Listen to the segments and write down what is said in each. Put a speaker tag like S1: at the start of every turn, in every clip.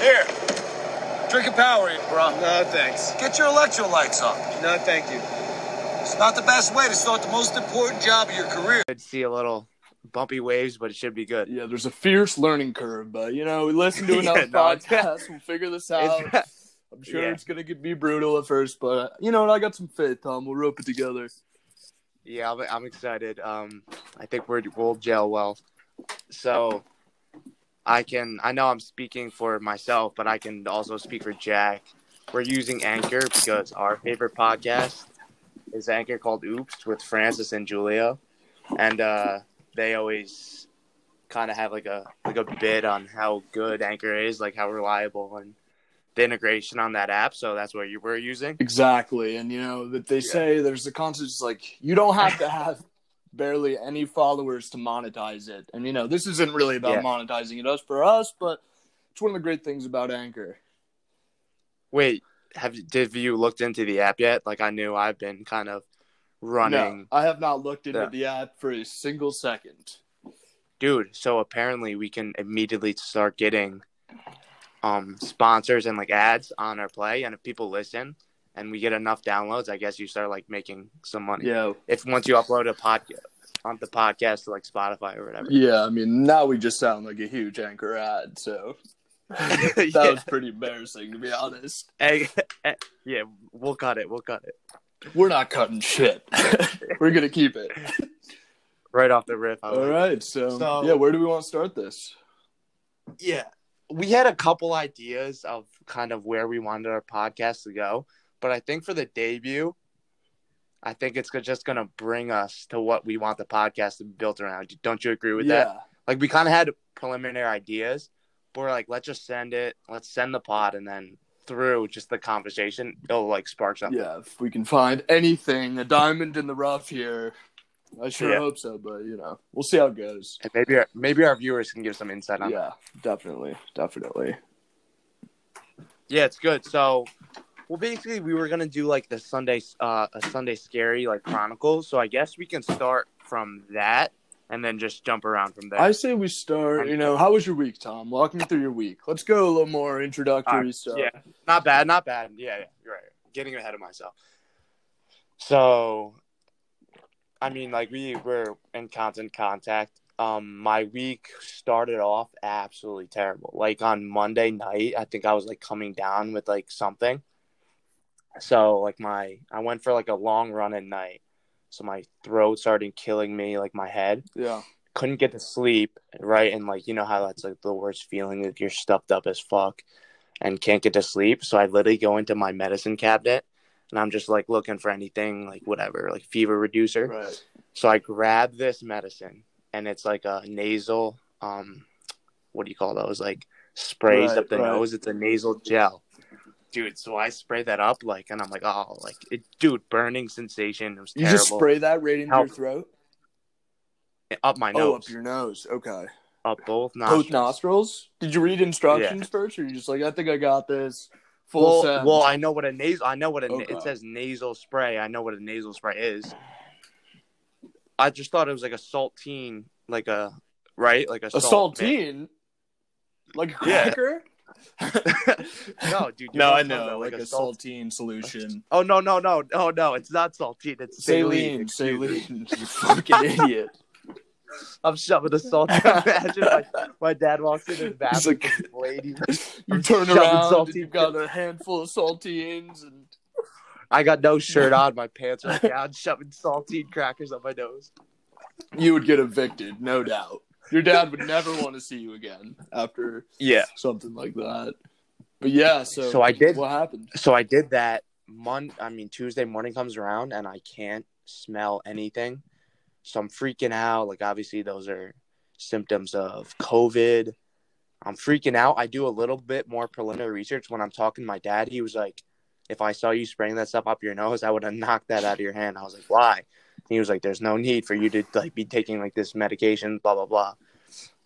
S1: Here, drink a Powerade, eh, bro.
S2: No, thanks.
S1: Get your electrolytes up.
S2: No, thank you.
S1: It's not the best way to start the most important job of your career.
S2: Could see a little bumpy waves, but it should be good.
S3: Yeah, there's a fierce learning curve, but you know, we listen to
S2: Yeah,
S3: another
S2: no, it's-
S3: podcast, we'll figure this out. I'm sure
S2: Yeah.
S3: it's gonna get- be brutal at first, but uh, you know, what? I got some faith, Tom. We'll rope it together.
S2: Yeah, I'm, I'm excited. Um, I think we're, we'll gel well. So I can, I know I'm speaking for myself, but I can also speak for Jack. We're using Anchor because our favorite podcast is Anchor called Oops with Francis and Julio. And uh, they always kind of have like a like a bid on how good Anchor is, like how reliable and the integration on that app. So that's what you were using.
S3: Exactly, and you know that they
S2: Yeah.
S3: say there's a concept it's like you don't have to have barely any followers to monetize it, and you know this isn't really about
S2: Yeah.
S3: monetizing it us for us, but it's one of the great things about Anchor.
S2: Wait, have you- did you looked into the app yet? Like I knew I've been kind of running,
S3: No, I have not looked into
S2: Yeah.
S3: the app for a single second.
S2: dude. So apparently we can immediately start getting um sponsors and like ads on our play, and if people listen and we get enough downloads, I guess you start like making some money.
S3: Yeah,
S2: If once you upload a podcast on the podcast to like Spotify or whatever.
S3: yeah. I mean, now we just sound like a huge Anchor ad, so that
S2: Yeah.
S3: was pretty embarrassing to be honest.
S2: Hey, eh, yeah, we'll cut it. We'll cut it
S3: We're not cutting shit. We're gonna keep it.
S2: right off the riff. I
S3: All
S2: was-
S3: right. So,
S2: So-
S3: yeah, where do we want to start this?
S2: yeah we had a couple ideas of kind of where we wanted our podcast to go but i think for the debut i think it's just gonna bring us to what we want the podcast to be built around don't you agree with
S3: yeah.
S2: that like we kind of had preliminary ideas but we're like let's just send it let's send the pod and then through just the conversation it'll like spark something
S3: Yeah, if we can find anything, a diamond in the rough here. I sure
S2: Yeah.
S3: hope so, but you know, we'll see how it goes.
S2: and maybe our, maybe our viewers can give some insight on
S3: Yeah, definitely, definitely.
S2: Yeah, it's good. So, well, basically, we were gonna do like the Sunday, uh, a Sunday scary like chronicle. So I guess we can start from that and then just jump around from there.
S3: I say we start. You know, how was your week, Tom? Walk me through your week. Let's go a little more introductory stuff.
S2: Uh, yeah, not bad, not bad. Yeah, yeah, you're right. Getting ahead of myself. So, I mean, like we were in constant contact. Um, my week started off absolutely terrible. Like on Monday night, I think I was like coming down with like something. So like my, I went for like a long run at night. So my throat started killing me, like my head
S3: Yeah,
S2: couldn't get to sleep, right? And like you know how that's like the worst feeling, like you're stuffed up as fuck and can't get to sleep. So I literally go into my medicine cabinet and I'm just like looking for anything, like whatever, like fever reducer.
S3: right.
S2: So I grab this medicine and it's like a nasal um what do you call those? Like sprays
S3: Right,
S2: up the
S3: right.
S2: nose. It's a nasal gel. Dude, so I spray that up like and I'm like, oh like it dude, burning sensation. It was
S3: You
S2: terrible.
S3: just spray that right into
S2: Help.
S3: your throat.
S2: up my
S3: Oh,
S2: nose.
S3: up your nose. Okay.
S2: up, both
S3: Both nostrils. Did you read instructions first, or you just like, I think I got this. Full Oh,
S2: well,
S3: send?
S2: well, I know what a nasal. I know what a. na-
S3: Okay.
S2: It says nasal spray. I know what a nasal spray is. I just thought it was like a saltine, like a right, like a,
S3: a
S2: salt mix.
S3: saltine, like a
S2: Yeah.
S3: cracker.
S2: no, dude. you
S3: No, I
S2: what I'm talking
S3: know,
S2: about,
S3: like, a
S2: salt-
S3: saltine solution.
S2: Oh no, no, no, no, no! It's not saltine. It's saline.
S3: Saline, saline. You fucking idiot.
S2: I'm shoving a saltine. Imagine my, my dad walks in and
S3: He's
S2: bathroom.
S3: like,
S2: lady.
S3: you
S2: I'm
S3: turn
S2: shoving
S3: around, and
S2: saltine.
S3: you've got a handful of saltines, and
S2: I got no shirt on. My pants are down. Shoving saltine crackers up my nose.
S3: you would get evicted, no doubt. Your dad would never want to see you again after
S2: Yeah.
S3: something like that. But yeah, so
S2: So I did-
S3: What happened?
S2: so I did that Mon I mean Tuesday morning comes around and I can't smell anything. So I'm freaking out. Like obviously those are symptoms of COVID. I'm freaking out. I do a little bit more preliminary research when I'm talking to my dad. He was like, if I saw you spraying that stuff up your nose, I would have knocked that out of your hand. I was like, why? And he was like, there's no need for you to like be taking like this medication, blah, blah, blah.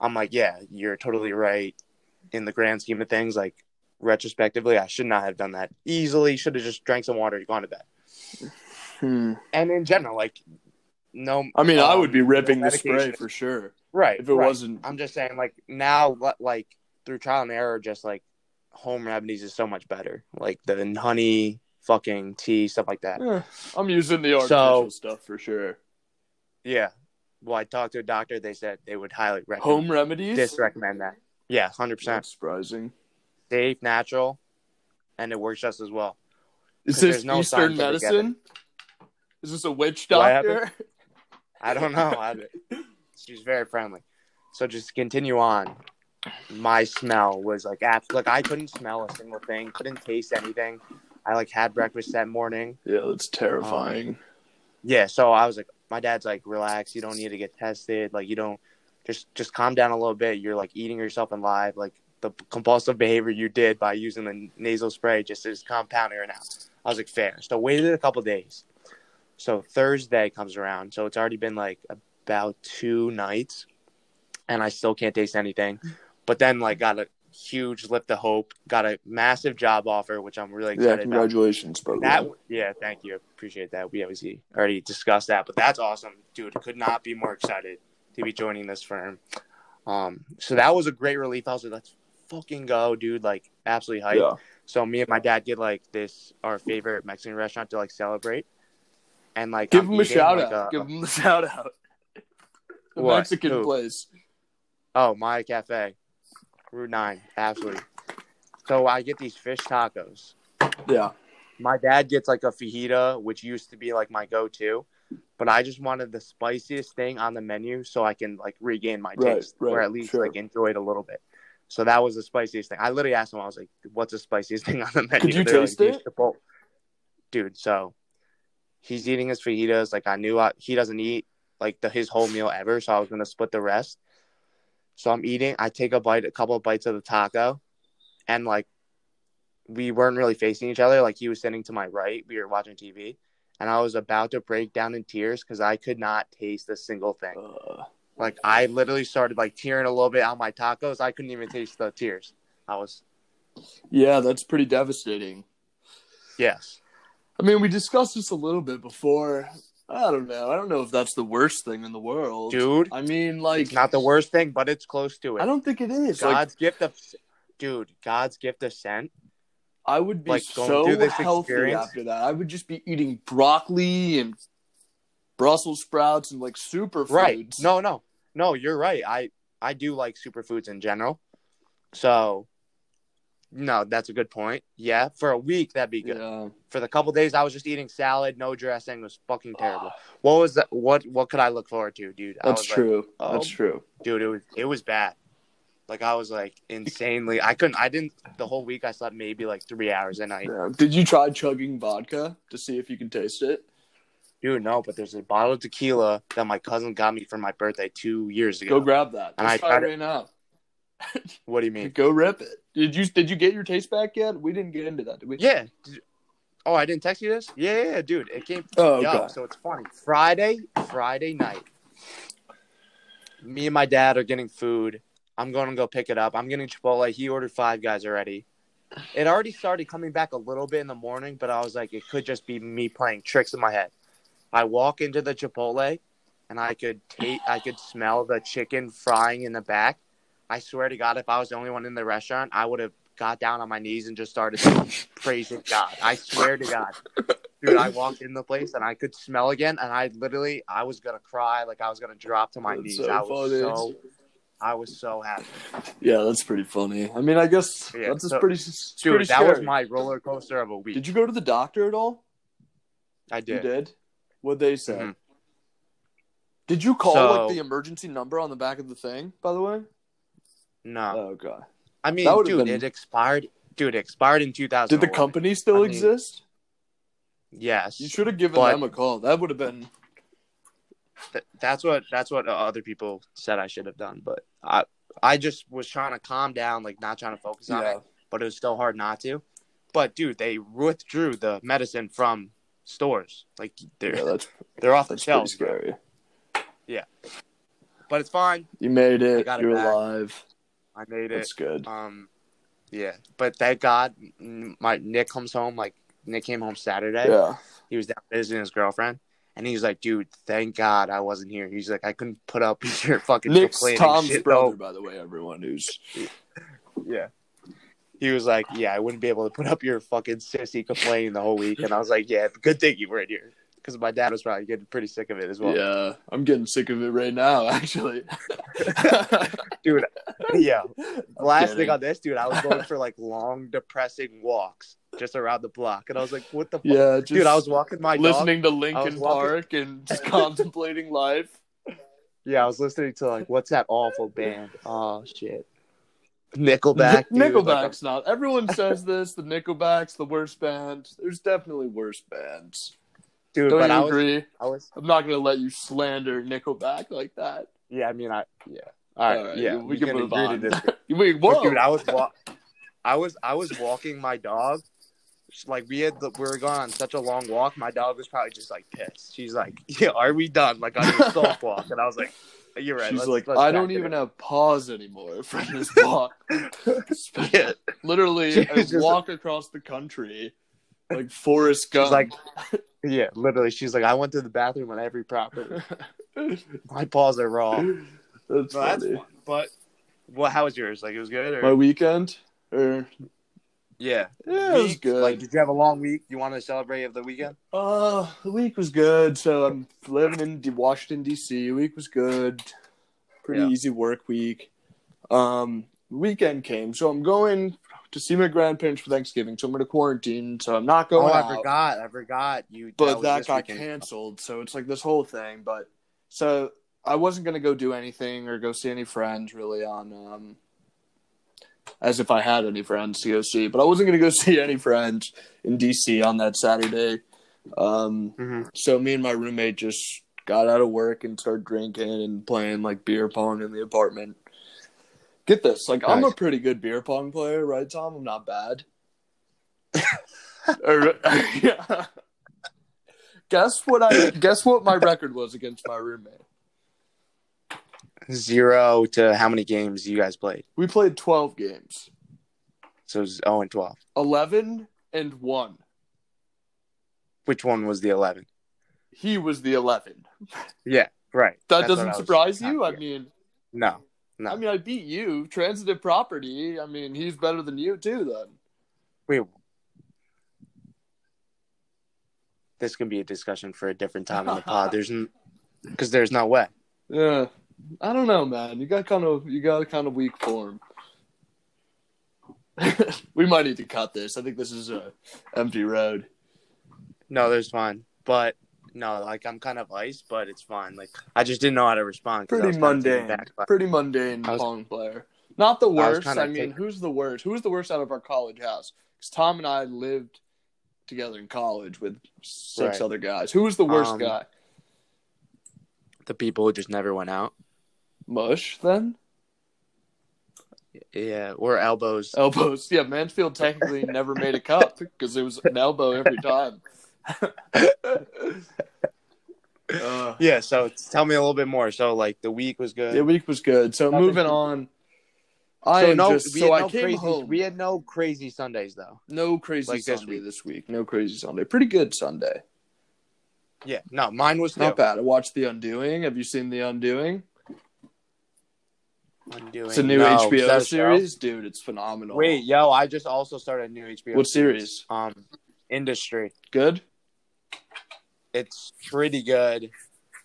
S2: I'm like, yeah, you're totally right. In the grand scheme of things, like retrospectively, I should not have done that. Easily should have just drank some water, gone to bed. And in general, like, no,
S3: I mean, I would be
S2: Hmm. um,
S3: ripping the
S2: medication.
S3: spray for sure
S2: right.
S3: if it
S2: right.
S3: wasn't.
S2: I'm just saying, like now, li- like through trial and error, just like home remedies is so much better. Like the honey, fucking tea, stuff like that.
S3: Eh, I'm using the
S2: So-
S3: artificial stuff for sure.
S2: Yeah. Well, I talked to a doctor. They said they would highly recommend
S3: Home remedies?
S2: dis recommend that. Yeah, hundred percent
S3: Not surprising.
S2: safe, natural, and it works just as well.
S3: Is
S2: 'Cause
S3: this
S2: there's no
S3: Eastern
S2: scientific
S3: medicine? Is this a witch
S2: What happened?
S3: doctor?
S2: I don't know. I, she's very friendly. So just to continue on. My smell was like abs- like I couldn't smell a single thing, couldn't taste anything. I like had breakfast that morning.
S3: Yeah, that's terrifying.
S2: Oh, Yeah, so I was like, my dad's like, relax, you don't need to get tested. Like you don't just just calm down a little bit. You're like eating yourself alive. Like the compulsive behavior you did by using the nasal spray just is compounding right now. I was like, fair. So waited a couple days. So Thursday comes around. So it's already been like about two nights, and I still can't taste anything. But then like got a huge lift of hope. Got a massive job offer, which I'm really
S3: yeah,
S2: excited about.
S3: congratulations, bro.
S2: That yeah, thank you. Appreciate that. We obviously already discussed that, but that's awesome, dude. Could not be more excited to be joining this firm. Um, so that was a great relief. I was like, let's fucking go, dude. Like, absolutely hyped.
S3: yeah.
S2: So me and my dad get like this our favorite Mexican restaurant to like celebrate, and like
S3: Give
S2: I'm
S3: him a
S2: eating,
S3: shout
S2: like,
S3: out.
S2: a-
S3: Give him a shout out. The
S2: What?
S3: Mexican
S2: Who?
S3: place.
S2: Oh, my cafe, Route Nine, absolutely. So I get these fish tacos.
S3: Yeah.
S2: My dad gets like a fajita, which used to be like my go-to, but I just wanted the spiciest thing on the menu so I can like regain my
S3: Right,
S2: taste or
S3: right,
S2: at least
S3: sure.
S2: like enjoy it a little bit. So that was the spiciest thing. I literally asked him, I was like, "What's the spiciest thing on the menu?"
S3: you
S2: They're
S3: taste
S2: "Use
S3: it?
S2: Chipotle." dude? So he's eating his fajitas. Like I knew I, he doesn't eat like the, his whole meal ever, so I was gonna split the rest. So I'm eating. I take a bite, a couple of bites of the taco, and like we weren't really facing each other. Like he was sitting to my right, we were watching TV, and I was about to break down in tears because I could not taste a single thing.
S3: Uh,
S2: Like I literally started like tearing a little bit on my tacos. I couldn't even taste the tears. I was
S3: yeah, that's pretty devastating.
S2: yes,
S3: I mean, we discussed this a little bit before. I don't know. I don't know if that's the worst thing in the world.
S2: dude.
S3: I mean, like,
S2: It's not the worst thing, but it's close to it.
S3: I don't think it is. Like,
S2: God's gift of, dude. God's gift of scent.
S3: I would be
S2: like, going
S3: so
S2: through this
S3: healthy
S2: experience-
S3: after that. I would just be eating broccoli and Brussels sprouts and like superfoods.
S2: Right? No, no, no. You're right. I I do like superfoods in general. So, no, that's a good point. Yeah, for a week that'd be good.
S3: Yeah.
S2: For the couple days I was just eating salad, no dressing, it was fucking terrible.
S3: Ah,
S2: what was that? What what could I look forward to, dude? I
S3: that's
S2: was like,
S3: true.
S2: oh.
S3: That's true.
S2: dude, it was it was bad. Like I was like insanely. I couldn't. I didn't. The whole week I slept maybe like three hours a night.
S3: Yeah. Did you try chugging vodka to see if you can taste it?
S2: Dude, no. But there's a bottle of tequila that my cousin got me for my birthday two years ago.
S3: Go grab that.
S2: And
S3: Let's
S2: I
S3: try
S2: tried
S3: it
S2: it.
S3: right now.
S2: what do you mean?
S3: Go rip it. Did you did you get your taste back yet? We didn't get into that, did we?
S2: Yeah. Did- Oh, I didn't text you this. Yeah, yeah, yeah, dude. It came.
S3: Oh,
S2: Yo,
S3: okay.
S2: so it's funny. Friday, Friday night. Me and my dad are getting food. I'm going to go pick it up. I'm getting Chipotle. He ordered five guys already. It already started coming back a little bit in the morning, but I was like, it could just be me playing tricks in my head. I walk into the Chipotle, and I could taste, I could smell the chicken frying in the back. I swear to God, if I was the only one in the restaurant, I would have got down on my knees and just started praising God. I swear to God, dude, I walked in the place and I could smell again, and I literally, I was gonna cry, like I was gonna drop to my
S3: That's
S2: knees.
S3: so
S2: I was
S3: funny.
S2: so, I was so happy,
S3: Yeah, that's pretty funny. I mean, I guess
S2: Yeah,
S3: that's just
S2: so-
S3: pretty. It's
S2: dude.
S3: pretty
S2: that
S3: scary.
S2: was my roller coaster of a week.
S3: Did you go to the doctor at all?
S2: I
S3: You
S2: did.
S3: did? What they say?
S2: Mhm.
S3: Did you call
S2: So-
S3: like the emergency number on the back of the thing, by the way?
S2: No,
S3: Oh god.
S2: I mean,
S3: that would've
S2: dude,
S3: been-
S2: it expired. Dude, it expired in 2000.
S3: Did the company still
S2: I mean-
S3: exist?
S2: Yes,
S3: You should have given
S2: But-
S3: them a call. That would have been
S2: Th- that's what that's what uh, other people said I should have done, but I I just was trying to calm down, like not trying to focus on
S3: yeah.
S2: it, but it was so hard not to. But dude, they withdrew the medicine from stores, like they're
S3: yeah, that's
S2: they're off the
S3: that's pretty
S2: shelves. bro.
S3: scary.
S2: But it's fine.
S3: You made
S2: I
S3: it.
S2: got it
S3: You're
S2: back.
S3: alive.
S2: I made it.
S3: That's good.
S2: Um, yeah. But thank God, n- my Nick comes home. Like Nick came home Saturday.
S3: Yeah.
S2: he was down visiting his girlfriend, and he was like, "Dude, thank God I wasn't here." He's like, "I couldn't put up with your fucking
S3: Nick's
S2: complaining
S3: Tom's
S2: shit,
S3: brother,
S2: though."
S3: by the way, everyone who's
S2: Yeah, he was like, "Yeah, I wouldn't be able to put up your fucking sissy complaining the whole week." And I was like, "Yeah, good thing you weren't here." Because my dad was probably getting pretty sick of it as well.
S3: Yeah, I'm getting sick of it right now, actually.
S2: Dude, yeah. The last
S3: kidding.
S2: thing on this, dude, I was going for like long, depressing walks just around the block. And I was like, what the fuck?
S3: yeah, just
S2: dude, I was walking my dog.
S3: listening to
S2: I was walking-
S3: Linkin Park and just contemplating life.
S2: Yeah, I was listening to like, what's that awful band? Oh, shit. Nickelback. dude. Like, I'm-
S3: Nickelback's not. Everyone says this. The Nickelback's the worst band. There's definitely worse bands.
S2: dude,
S3: Don't
S2: but I
S3: you
S2: was,
S3: agree?
S2: I was,
S3: I'm not gonna let you slander Nickelback like that.
S2: yeah, I mean, I, yeah. All right,
S3: All right,
S2: yeah.
S3: we can move
S2: agree to
S3: on.
S2: disagree.
S3: Wait,
S2: But,
S3: whoa,
S2: dude, I was wa- I was I was walking my dog. Like we had, the, we were going on such a long walk. My dog was probably just like pissed. She's like, "Yeah, are we done?" Like on your soft walk, and I was like, "You're right."
S3: She's
S2: let's-
S3: like,
S2: let's
S3: I
S2: back
S3: don't
S2: it
S3: even
S2: up."
S3: have paws anymore from this walk.
S2: Yeah.
S3: Literally,
S2: She's
S3: I
S2: just-
S3: walk across the country like Forrest Gump.
S2: She's like, yeah, literally. She's like, I went to the bathroom on every property.
S3: that's
S2: My paws are raw. No, that's
S3: funny.
S2: fun. But well, how was yours? Like it was good. Or...
S3: My weekend, or
S2: yeah,
S3: yeah, it was
S2: Week?
S3: good.
S2: Like, did you have a long week? You want to celebrate of the weekend?
S3: Uh, the week was good. So I'm living in D- Washington D.C. Week was good. Pretty
S2: Yeah.
S3: easy work week. Um, weekend came, so I'm going to see my grandparents for Thanksgiving. So I'm going to quarantine. So I'm not going
S2: oh,
S3: out.
S2: I forgot. I forgot you.
S3: But
S2: was
S3: that,
S2: this
S3: got
S2: weekend.
S3: canceled. So it's like this whole thing. But so I wasn't going to go do anything or go see any friends really on um. As if I had any friends to go see, but I wasn't going to go see any friends in DC on that Saturday. Um,
S2: Mhm.
S3: so me and my roommate just got out of work and started drinking and playing like beer pong in the apartment. Get this, like I'm a
S2: Nice.
S3: pretty good beer pong player, right, Tom? I'm not bad. Or- yeah. Guess what I guess what my record was against my roommate.
S2: Zero to how many games you guys played?
S3: We played twelve games.
S2: So it was zero and twelve.
S3: Eleven and one.
S2: Which one was the eleven?
S3: He was the eleven.
S2: Yeah, right. That's
S3: That
S2: what I
S3: doesn't
S2: was
S3: surprise
S2: trying
S3: you.
S2: to
S3: I
S2: get.
S3: mean,
S2: no, no.
S3: I mean, I beat you. Transitive property. I mean, he's better than you too. Then
S2: Wait. This can be a discussion for a different time on the pod. There's because there's no way.
S3: Yeah, I don't know, man. You got kind of you got a kind of weak form. we might need to cut this. I think this is a empty road.
S2: No, there's fine. But no, like I'm kind of iced, but it's fine. Like I just didn't know how to respond. 'cause I was
S3: Pretty
S2: kind of taken
S3: mundane.
S2: aback by-
S3: Pretty mundane
S2: I was-
S3: pong player. Not the
S2: was
S3: worst.
S2: kinda
S3: I, mean,
S2: taken-
S3: who's the worst? Who's the worst out of our college house? Because Tom and I lived together in college with six
S2: Right.
S3: other guys. Who was the worst
S2: Um,
S3: guy?
S2: the people who just never went out.
S3: Mush then.
S2: Yeah, or elbows.
S3: Elbows. Yeah, Mansfield technically never made a cup because it was an elbow every time. Uh,
S2: Yeah. So it's- tell me a little bit more. So like the week was good.
S3: the week was good. So
S2: Nothing-
S3: moving on. I
S2: so
S3: am
S2: no,
S3: just
S2: we
S3: so
S2: had
S3: I
S2: no
S3: came
S2: crazy,
S3: home.
S2: We had no crazy Sundays though.
S3: no crazy
S2: like this
S3: Sunday
S2: week.
S3: this week. No crazy Sunday. Pretty good Sunday.
S2: Yeah, no, mine was
S3: Not
S2: not
S3: bad. I watched The Undoing. Have you seen The Undoing?
S2: Undoing.
S3: It's a new
S2: No, is that
S3: HBO
S2: a show?
S3: series, dude. It's phenomenal.
S2: Wait, yo, I just also started a new HBO.
S3: what series?
S2: Um, Industry.
S3: Good.
S2: It's pretty good.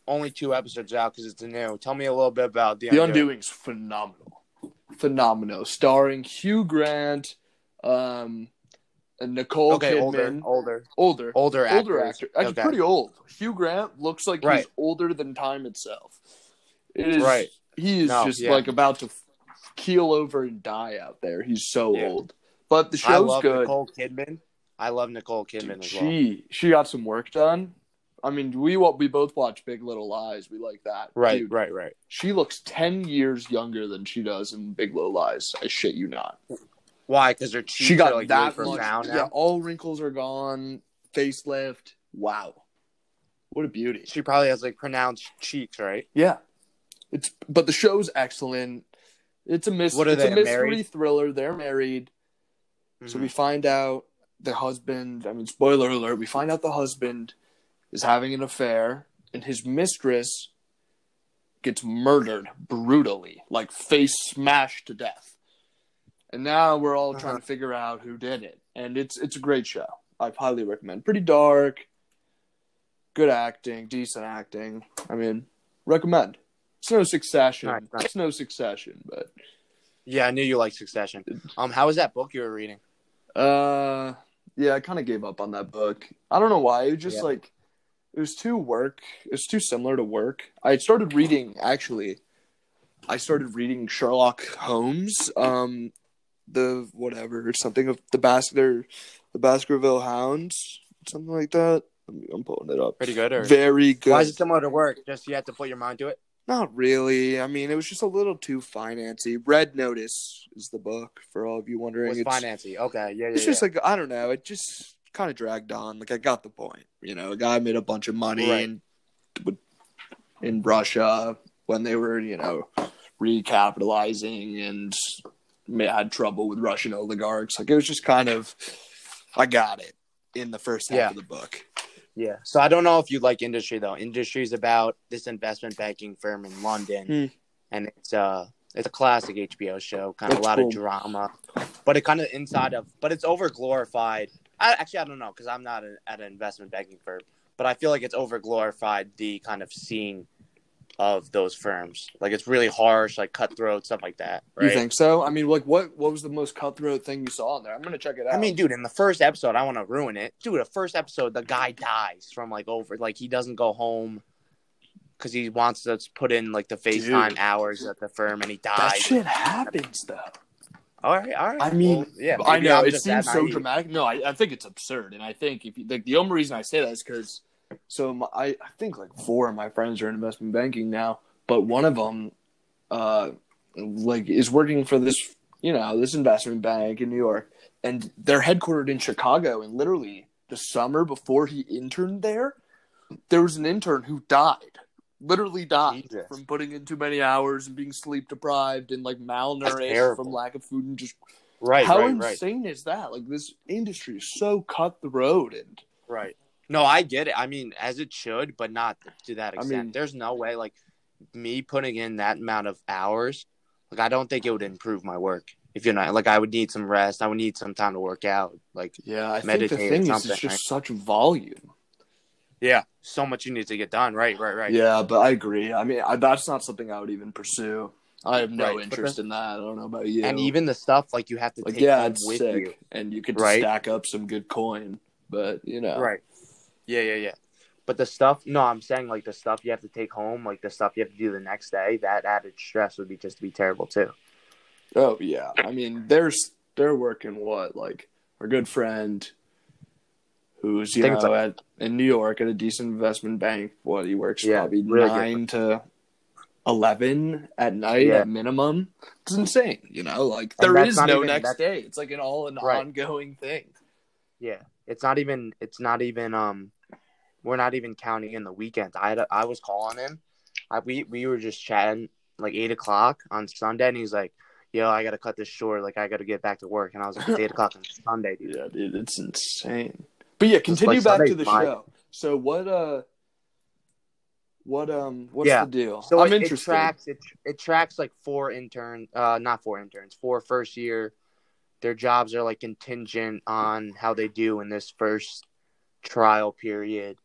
S2: Only two episodes out because it's new. Tell me a little bit about the,
S3: The Undoing's phenomenal. Phenomenal. Starring Hugh Grant, um, and Nicole
S2: Okay,
S3: Kidman.
S2: older, older,
S3: older.
S2: older,
S3: older
S2: actors.
S3: actor. Actually,
S2: Okay.
S3: pretty old. Hugh Grant looks like he's
S2: Right.
S3: older than time itself. It is,
S2: Right.
S3: He is
S2: No,
S3: just
S2: yeah.
S3: like about to f- keel over and die out there. He's so
S2: Yeah.
S3: old. But the
S2: I
S3: show's
S2: love
S3: good.
S2: Nicole Kidman. I love Nicole Kidman as well.
S3: she she got some work done. I mean, we what we both watch Big Little Lies. We like that.
S2: Right,
S3: Dude,
S2: right, right.
S3: She looks ten years younger than she does in Big Little Lies. I shit you not.
S2: Why? Because her cheeks
S3: She got
S2: are like really
S3: that
S2: from
S3: much.
S2: now.
S3: Yeah, all wrinkles are gone. Facelift. Wow, what a beauty.
S2: She probably has like pronounced cheeks, right?
S3: Yeah. It's but the show's excellent. It's a mystery.
S2: What are
S3: it's a
S2: they,
S3: mystery
S2: married?
S3: thriller. They're married. So
S2: Mm-hmm.
S3: we find out the husband, I mean spoiler alert, we find out the husband is having an affair and his mistress gets murdered brutally, like face smashed to death. And now we're all
S2: Uh-huh.
S3: trying to figure out who did it. And it's it's a great show. I highly recommend. Pretty dark, good acting, decent acting. I mean, recommend. It's no succession.
S2: Nice, nice.
S3: It's no succession, but
S2: Yeah, I knew you liked Succession. Um, how was that book you were reading?
S3: Uh, yeah, I kind of gave up on that book. I don't know why. It was just
S2: Yeah.
S3: like it was too work. It was too similar to work. I had started reading actually. I started reading Sherlock Holmes, um, the whatever or something of the Baskerville, the Baskerville Hounds, something like that. I'm, I'm pulling it up.
S2: Pretty good, or
S3: Very good.
S2: why is it similar to work? Just you have to put your mind to it.
S3: Not really. I mean, it was just a little too financy. Red Notice is the book for all of you wondering.
S2: Was
S3: It's-
S2: financy okay? Yeah, yeah.
S3: it's just
S2: yeah.
S3: like I don't know. It just kind of dragged on. Like I got the point. You know, a guy made a bunch of money
S2: Right.
S3: in, in Russia when they were, you know, recapitalizing and ma- had trouble with Russian oligarchs. Like it was just kind of, I got it in the first half
S2: Yeah.
S3: of the book.
S2: yeah. So I don't know if you like industry though. Industry is about this investment banking firm in London,
S3: Hmm.
S2: and it's uh it's a classic HBO show, kind of a
S3: That's
S2: lot
S3: cool.
S2: of drama, but it kind of inside of, but it's over glorified. I, actually, I don't know because I'm not a, at an investment banking firm, but I feel like it's over glorified the kind of scene of those firms. Like it's really harsh, like cutthroat, stuff like that. Right?
S3: You think so? I mean, like what what was the most cutthroat thing you saw in there? I'm gonna check it out.
S2: I mean, dude, in the first episode, I want to ruin it. Dude, the first episode, the guy dies from like over, like he doesn't go home because he wants to put in like the FaceTime
S3: Dude.
S2: hours at the firm, and he
S3: that
S2: dies.
S3: shit happens though.
S2: All right, all right.
S3: I mean,
S2: Well, yeah,
S3: I
S2: maybe
S3: know
S2: I'm
S3: it
S2: just
S3: seems
S2: that
S3: so
S2: naive.
S3: dramatic. No, I, I think it's absurd, and I think if you, like the only reason I say that is because so my, I I think like four of my friends are in investment banking now, but one of them, uh, like is working for this you know this investment bank in New York, and they're headquartered in Chicago, and literally the summer before he interned there, there was an intern who died. Literally died
S2: Jesus.
S3: from putting in too many hours and being sleep deprived and like malnourished
S2: terrible.
S3: from lack of food and just
S2: Right,
S3: how
S2: right, right,
S3: insane is that? Like this industry is so cutthroat, and
S2: right. No, I get it. I mean, as it should, but not to that
S3: I
S2: extent.
S3: mean-
S2: There's no way, like me putting in that amount of hours, like I don't think it would improve my work. If you're not like, I would need some rest. I would need some time to work out. Like,
S3: yeah, I
S2: Meditate or
S3: think the thing is,
S2: something,
S3: it's just such volume.
S2: Yeah. So much you need to get done. Right, right, right.
S3: Yeah, but I agree. I mean, I, that's not something I would even pursue. I have no
S2: Right, but
S3: interest in that. I don't know about you.
S2: And even the stuff like you have to
S3: like,
S2: take
S3: yeah,
S2: home
S3: it's
S2: with
S3: sick,
S2: you.
S3: and you could
S2: Right?
S3: stack up some good coin, but you know,
S2: Right. Yeah, yeah, yeah. But the stuff no, I'm saying like the stuff you have to take home, like the stuff you have to do the next day, that added stress would be just be terrible too.
S3: Oh yeah, I mean, there's they're working what like our good friend, who's you
S2: Think
S3: know
S2: it's
S3: at in New York at a decent investment bank. What he works
S2: Yeah,
S3: probably
S2: really good.
S3: nine to eleven at night
S2: Yeah.
S3: at minimum. It's insane, you know. Like
S2: And
S3: there
S2: that's
S3: is
S2: not
S3: no
S2: even- that's-
S3: next day. It's like an all an
S2: Right.
S3: ongoing thing.
S2: Yeah. It's not even it's not even um we're not even counting in the weekends. I had a, I was calling him. I we we were just chatting like eight o'clock on Sunday and he's like, Yo, I gotta cut this short, like I gotta get back to work and I was like, It's eight o'clock on Sunday, dude.
S3: Yeah, dude, it's insane. But yeah, continue
S2: like
S3: back to
S2: Sunday's
S3: the
S2: my-
S3: show. So what? uh What? um What's
S2: Yeah.
S3: the deal?
S2: So
S3: I'm
S2: it, it
S3: interested.
S2: tracks it, it tracks like four intern uh not four interns, four first year their jobs are like contingent on how they do in this first trial period.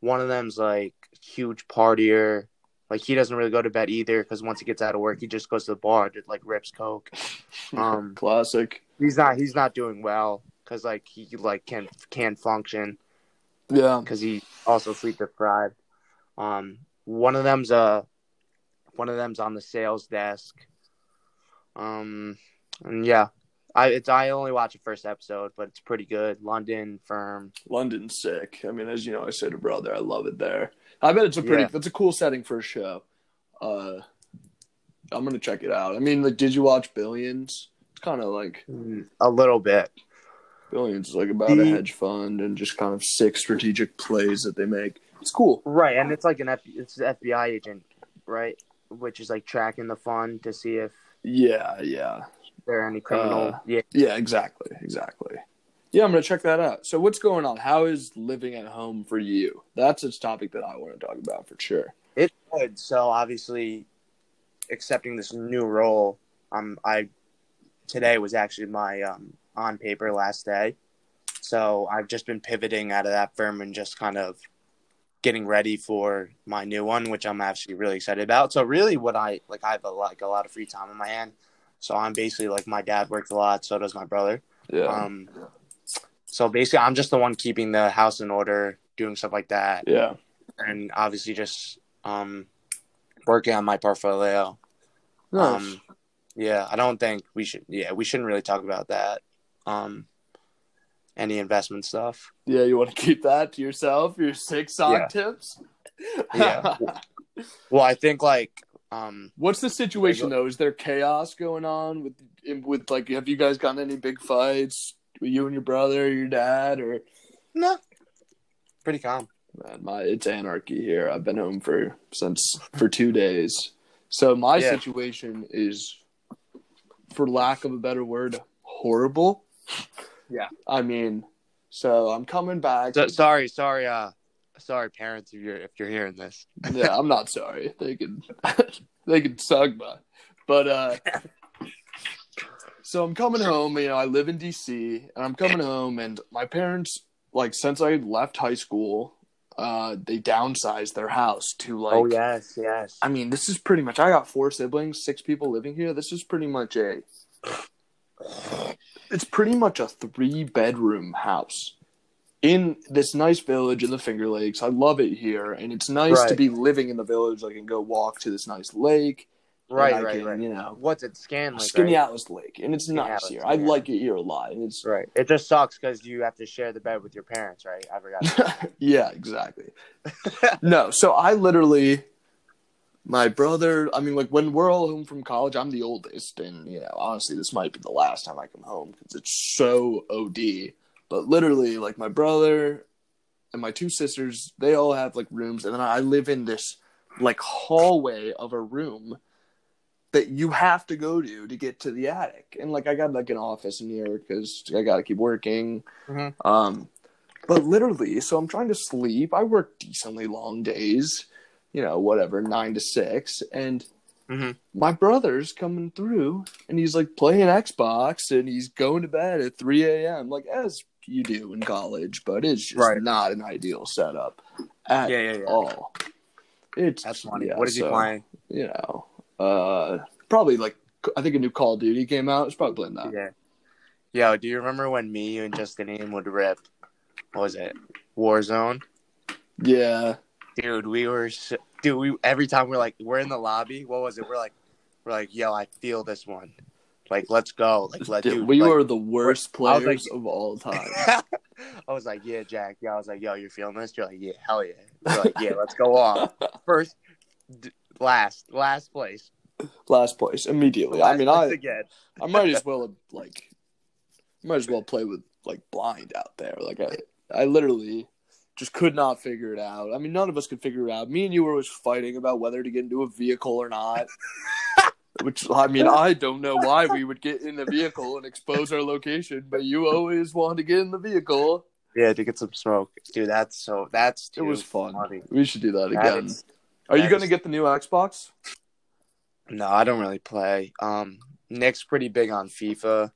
S2: One of them's like huge partier. Like he doesn't really go to bed either because once he gets out of work, he just goes to the bar, just like rips coke. Um,
S3: Classic.
S2: he's not he's not doing well because like he like can can't function
S3: Yeah.
S2: because he also sleep deprived. Um, one of them's uh one of them's on the sales desk. Um, and yeah, I it's I only watched the first episode, but it's pretty good. London firm.
S3: London's sick. I mean, as you know, I said to brother, I love it there. I bet it's a pretty,
S2: Yeah.
S3: it's a cool setting for a show. Uh, I'm gonna check it out. I mean, like, did you watch Billions? It's kind of like
S2: A little bit.
S3: Billions is like about a
S2: The-
S3: hedge fund and just kind of sick strategic plays that they make. It's cool.
S2: Right, and it's like an F, it's an FBI agent, right? Which is like tracking the fund to see if
S3: Yeah, yeah,
S2: there are any criminal.
S3: Uh,
S2: yeah,
S3: yeah. Exactly, exactly. Yeah, I'm gonna check that out. So, what's going on? How is living at home for you? That's a topic that I want to talk about for sure.
S2: it's good. So obviously, accepting this new role, um, I today was actually my um, on paper last day. So I've just been pivoting out of that firm and just kind of getting ready for my new one, which I'm actually really excited about. So really, what I like, I have a lot, like a lot of free time on my hand. So I'm basically like my dad works a lot, so does my brother.
S3: Yeah.
S2: Um, so basically, I'm just the one keeping the house in order, doing stuff like that,
S3: yeah.
S2: and obviously just um, working on my portfolio.
S3: Nice.
S2: Um, yeah, I don't think we should. Yeah, we shouldn't really talk about that. Um, any investment stuff.
S3: yeah, you want to keep that to yourself? Your six sock
S2: Yeah.
S3: tips?
S2: Yeah. Well, I think like um,
S3: What's the situation though? Is there chaos going on with in- with like? Have you guys gotten any big fights? With you and your brother, your dad, or
S2: no, pretty calm.
S3: man, my it's anarchy here. I've been home for since for two days, so my
S2: Yeah.
S3: situation is, for lack of a better word, horrible.
S2: Yeah.
S3: I mean, so I'm coming back.
S2: So, sorry, sorry, uh, sorry, parents, if you're if you're hearing this.
S3: yeah, I'm not sorry. They could they could suck my but uh so I'm coming home, you know, I live in DC and I'm coming home and my parents like since I left high school, uh they downsized their house to like
S2: Oh, yes, yes.
S3: I mean, this is pretty much I got four siblings, six people living here. This is pretty much a it's pretty much a three bedroom house in this nice village in the Finger Lakes. I love it here, and it's nice to
S2: Right.
S3: be living in the village. I can go walk to this nice lake. and
S2: Right,
S3: I
S2: right,
S3: can,
S2: right.
S3: You know,
S2: What's it? Scanlike,
S3: Skinny
S2: right?
S3: Atlas Lake, and it's
S2: Skinny
S3: nice
S2: Atlas,
S3: here. I
S2: yeah.
S3: like it here a lot. And it's
S2: Right. It just sucks because you have to share the bed with your parents, right? I forgot.
S3: yeah, exactly. no, so I literally, my brother. I mean, like when we're all home from college, I'm the oldest, and you know, honestly, this might be the last time I come home because it's so od. But literally, like my brother and my two sisters, they all have like rooms, and then I live in this like hallway of a room that you have to go to to get to the attic. And like I got like an office in here because I got to keep working.
S2: Mhm.
S3: Um, but literally, so I'm trying to sleep. I work decently long days, you know, whatever, nine to six, and.
S2: Mhm.
S3: My brother's coming through, and he's like playing Xbox, and he's going to bed at 3 a.m. Like as you do in college, but it's just
S2: Right.
S3: not an ideal setup at
S2: yeah, yeah, yeah.
S3: all. It's
S2: That's funny.
S3: Oh. yeah,
S2: what is he
S3: so,
S2: playing?
S3: You know, uh, probably like I think a new Call of Duty came out. It's probably playing that.
S2: Yeah. Yo, do you remember when me, you, and Justinian would rip? What was it? Warzone?
S3: Yeah,
S2: Dude, we were. s Dude, we every time we're like, we're in the lobby. What was it? We're like, we're like, yo, I feel this one. Like, let's go. Like, let
S3: Dude,
S2: dude.
S3: we
S2: like,
S3: were the worst
S2: I was like-
S3: players of all time.
S2: I was like, yeah, Jack. Yeah, I was like, yo, you're feeling this? You're like, yeah, hell yeah. You're like, yeah, let's go off. First, d- last, last place.
S3: Last place immediately. I
S2: Last
S3: mean,
S2: place
S3: I
S2: again.
S3: I might as well have, like might as well play with like blind out there. Like I I literally just could not figure it out. I mean, none of us could figure it out. Me and you were always fighting about whether to get into a vehicle or not. Which I mean, I don't know why we would get in the vehicle and expose our location, but you always wanted to get in the vehicle.
S2: Yeah, to get some smoke, dude. That's so. That's
S3: It was fun.
S2: funny.
S3: We should do that
S2: That
S3: again.
S2: is-
S3: Are you
S2: that
S3: going to
S2: is-
S3: get the new Xbox?
S2: No, I don't really play. Um, Nick's pretty big on FIFA,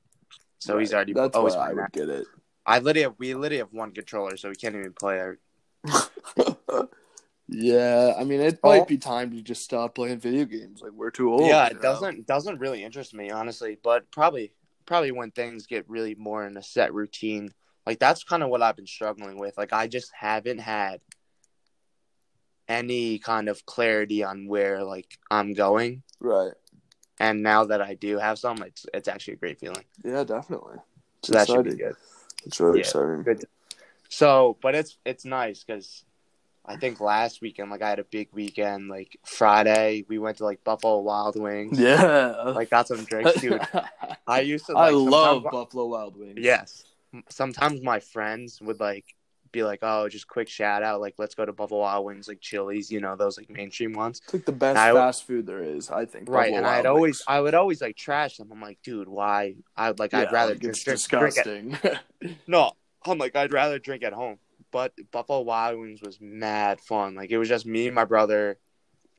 S2: so he's already
S3: That's
S2: always.
S3: why I
S2: playing
S3: would
S2: that.
S3: get it.
S2: I literally have, we literally have one controller, so we can't even play. Our,
S3: yeah, I mean, it
S2: Oh.
S3: might be time to just stop playing video games. Like we're too old.
S2: yeah,
S3: you
S2: it
S3: know?
S2: doesn't doesn't really interest me honestly, but probably probably when things get really more in a set routine, like that's kind of what I've been struggling with. Like I just haven't had any kind of clarity on where like I'm going,
S3: Right.
S2: and now that I do have some, it's it's actually a great feeling.
S3: Yeah, definitely.
S2: So that should be
S3: Exciting.
S2: good.
S3: It's really
S2: Yeah.
S3: exciting.
S2: Good. So, but it's it's nice because I think last weekend, like I had a big weekend. Like Friday, we went to like Buffalo Wild Wings.
S3: Yeah.
S2: Like got some drinks, dude. I used to. Like,
S3: I love
S2: sometimes-
S3: Buffalo Wild Wings.
S2: Yes. Sometimes my friends would like be like, "Oh, just quick shout out, like let's go to Buffalo Wild Wings, like Chili's, you know, those like mainstream ones."
S3: It's like the best
S2: I-
S3: fast food there is, I think.
S2: Right,
S3: Buffalo
S2: and
S3: Wild
S2: I'd always,
S3: Wings.
S2: I would always like trash them. I'm like, dude, why? I'd like, I'd
S3: Yeah,
S2: rather
S3: like, it's
S2: just drink, drink at
S3: disgusting.
S2: No, I'm like I'd rather drink at home. But Buffalo Wild Wings was mad fun. Like it was just me and my brother,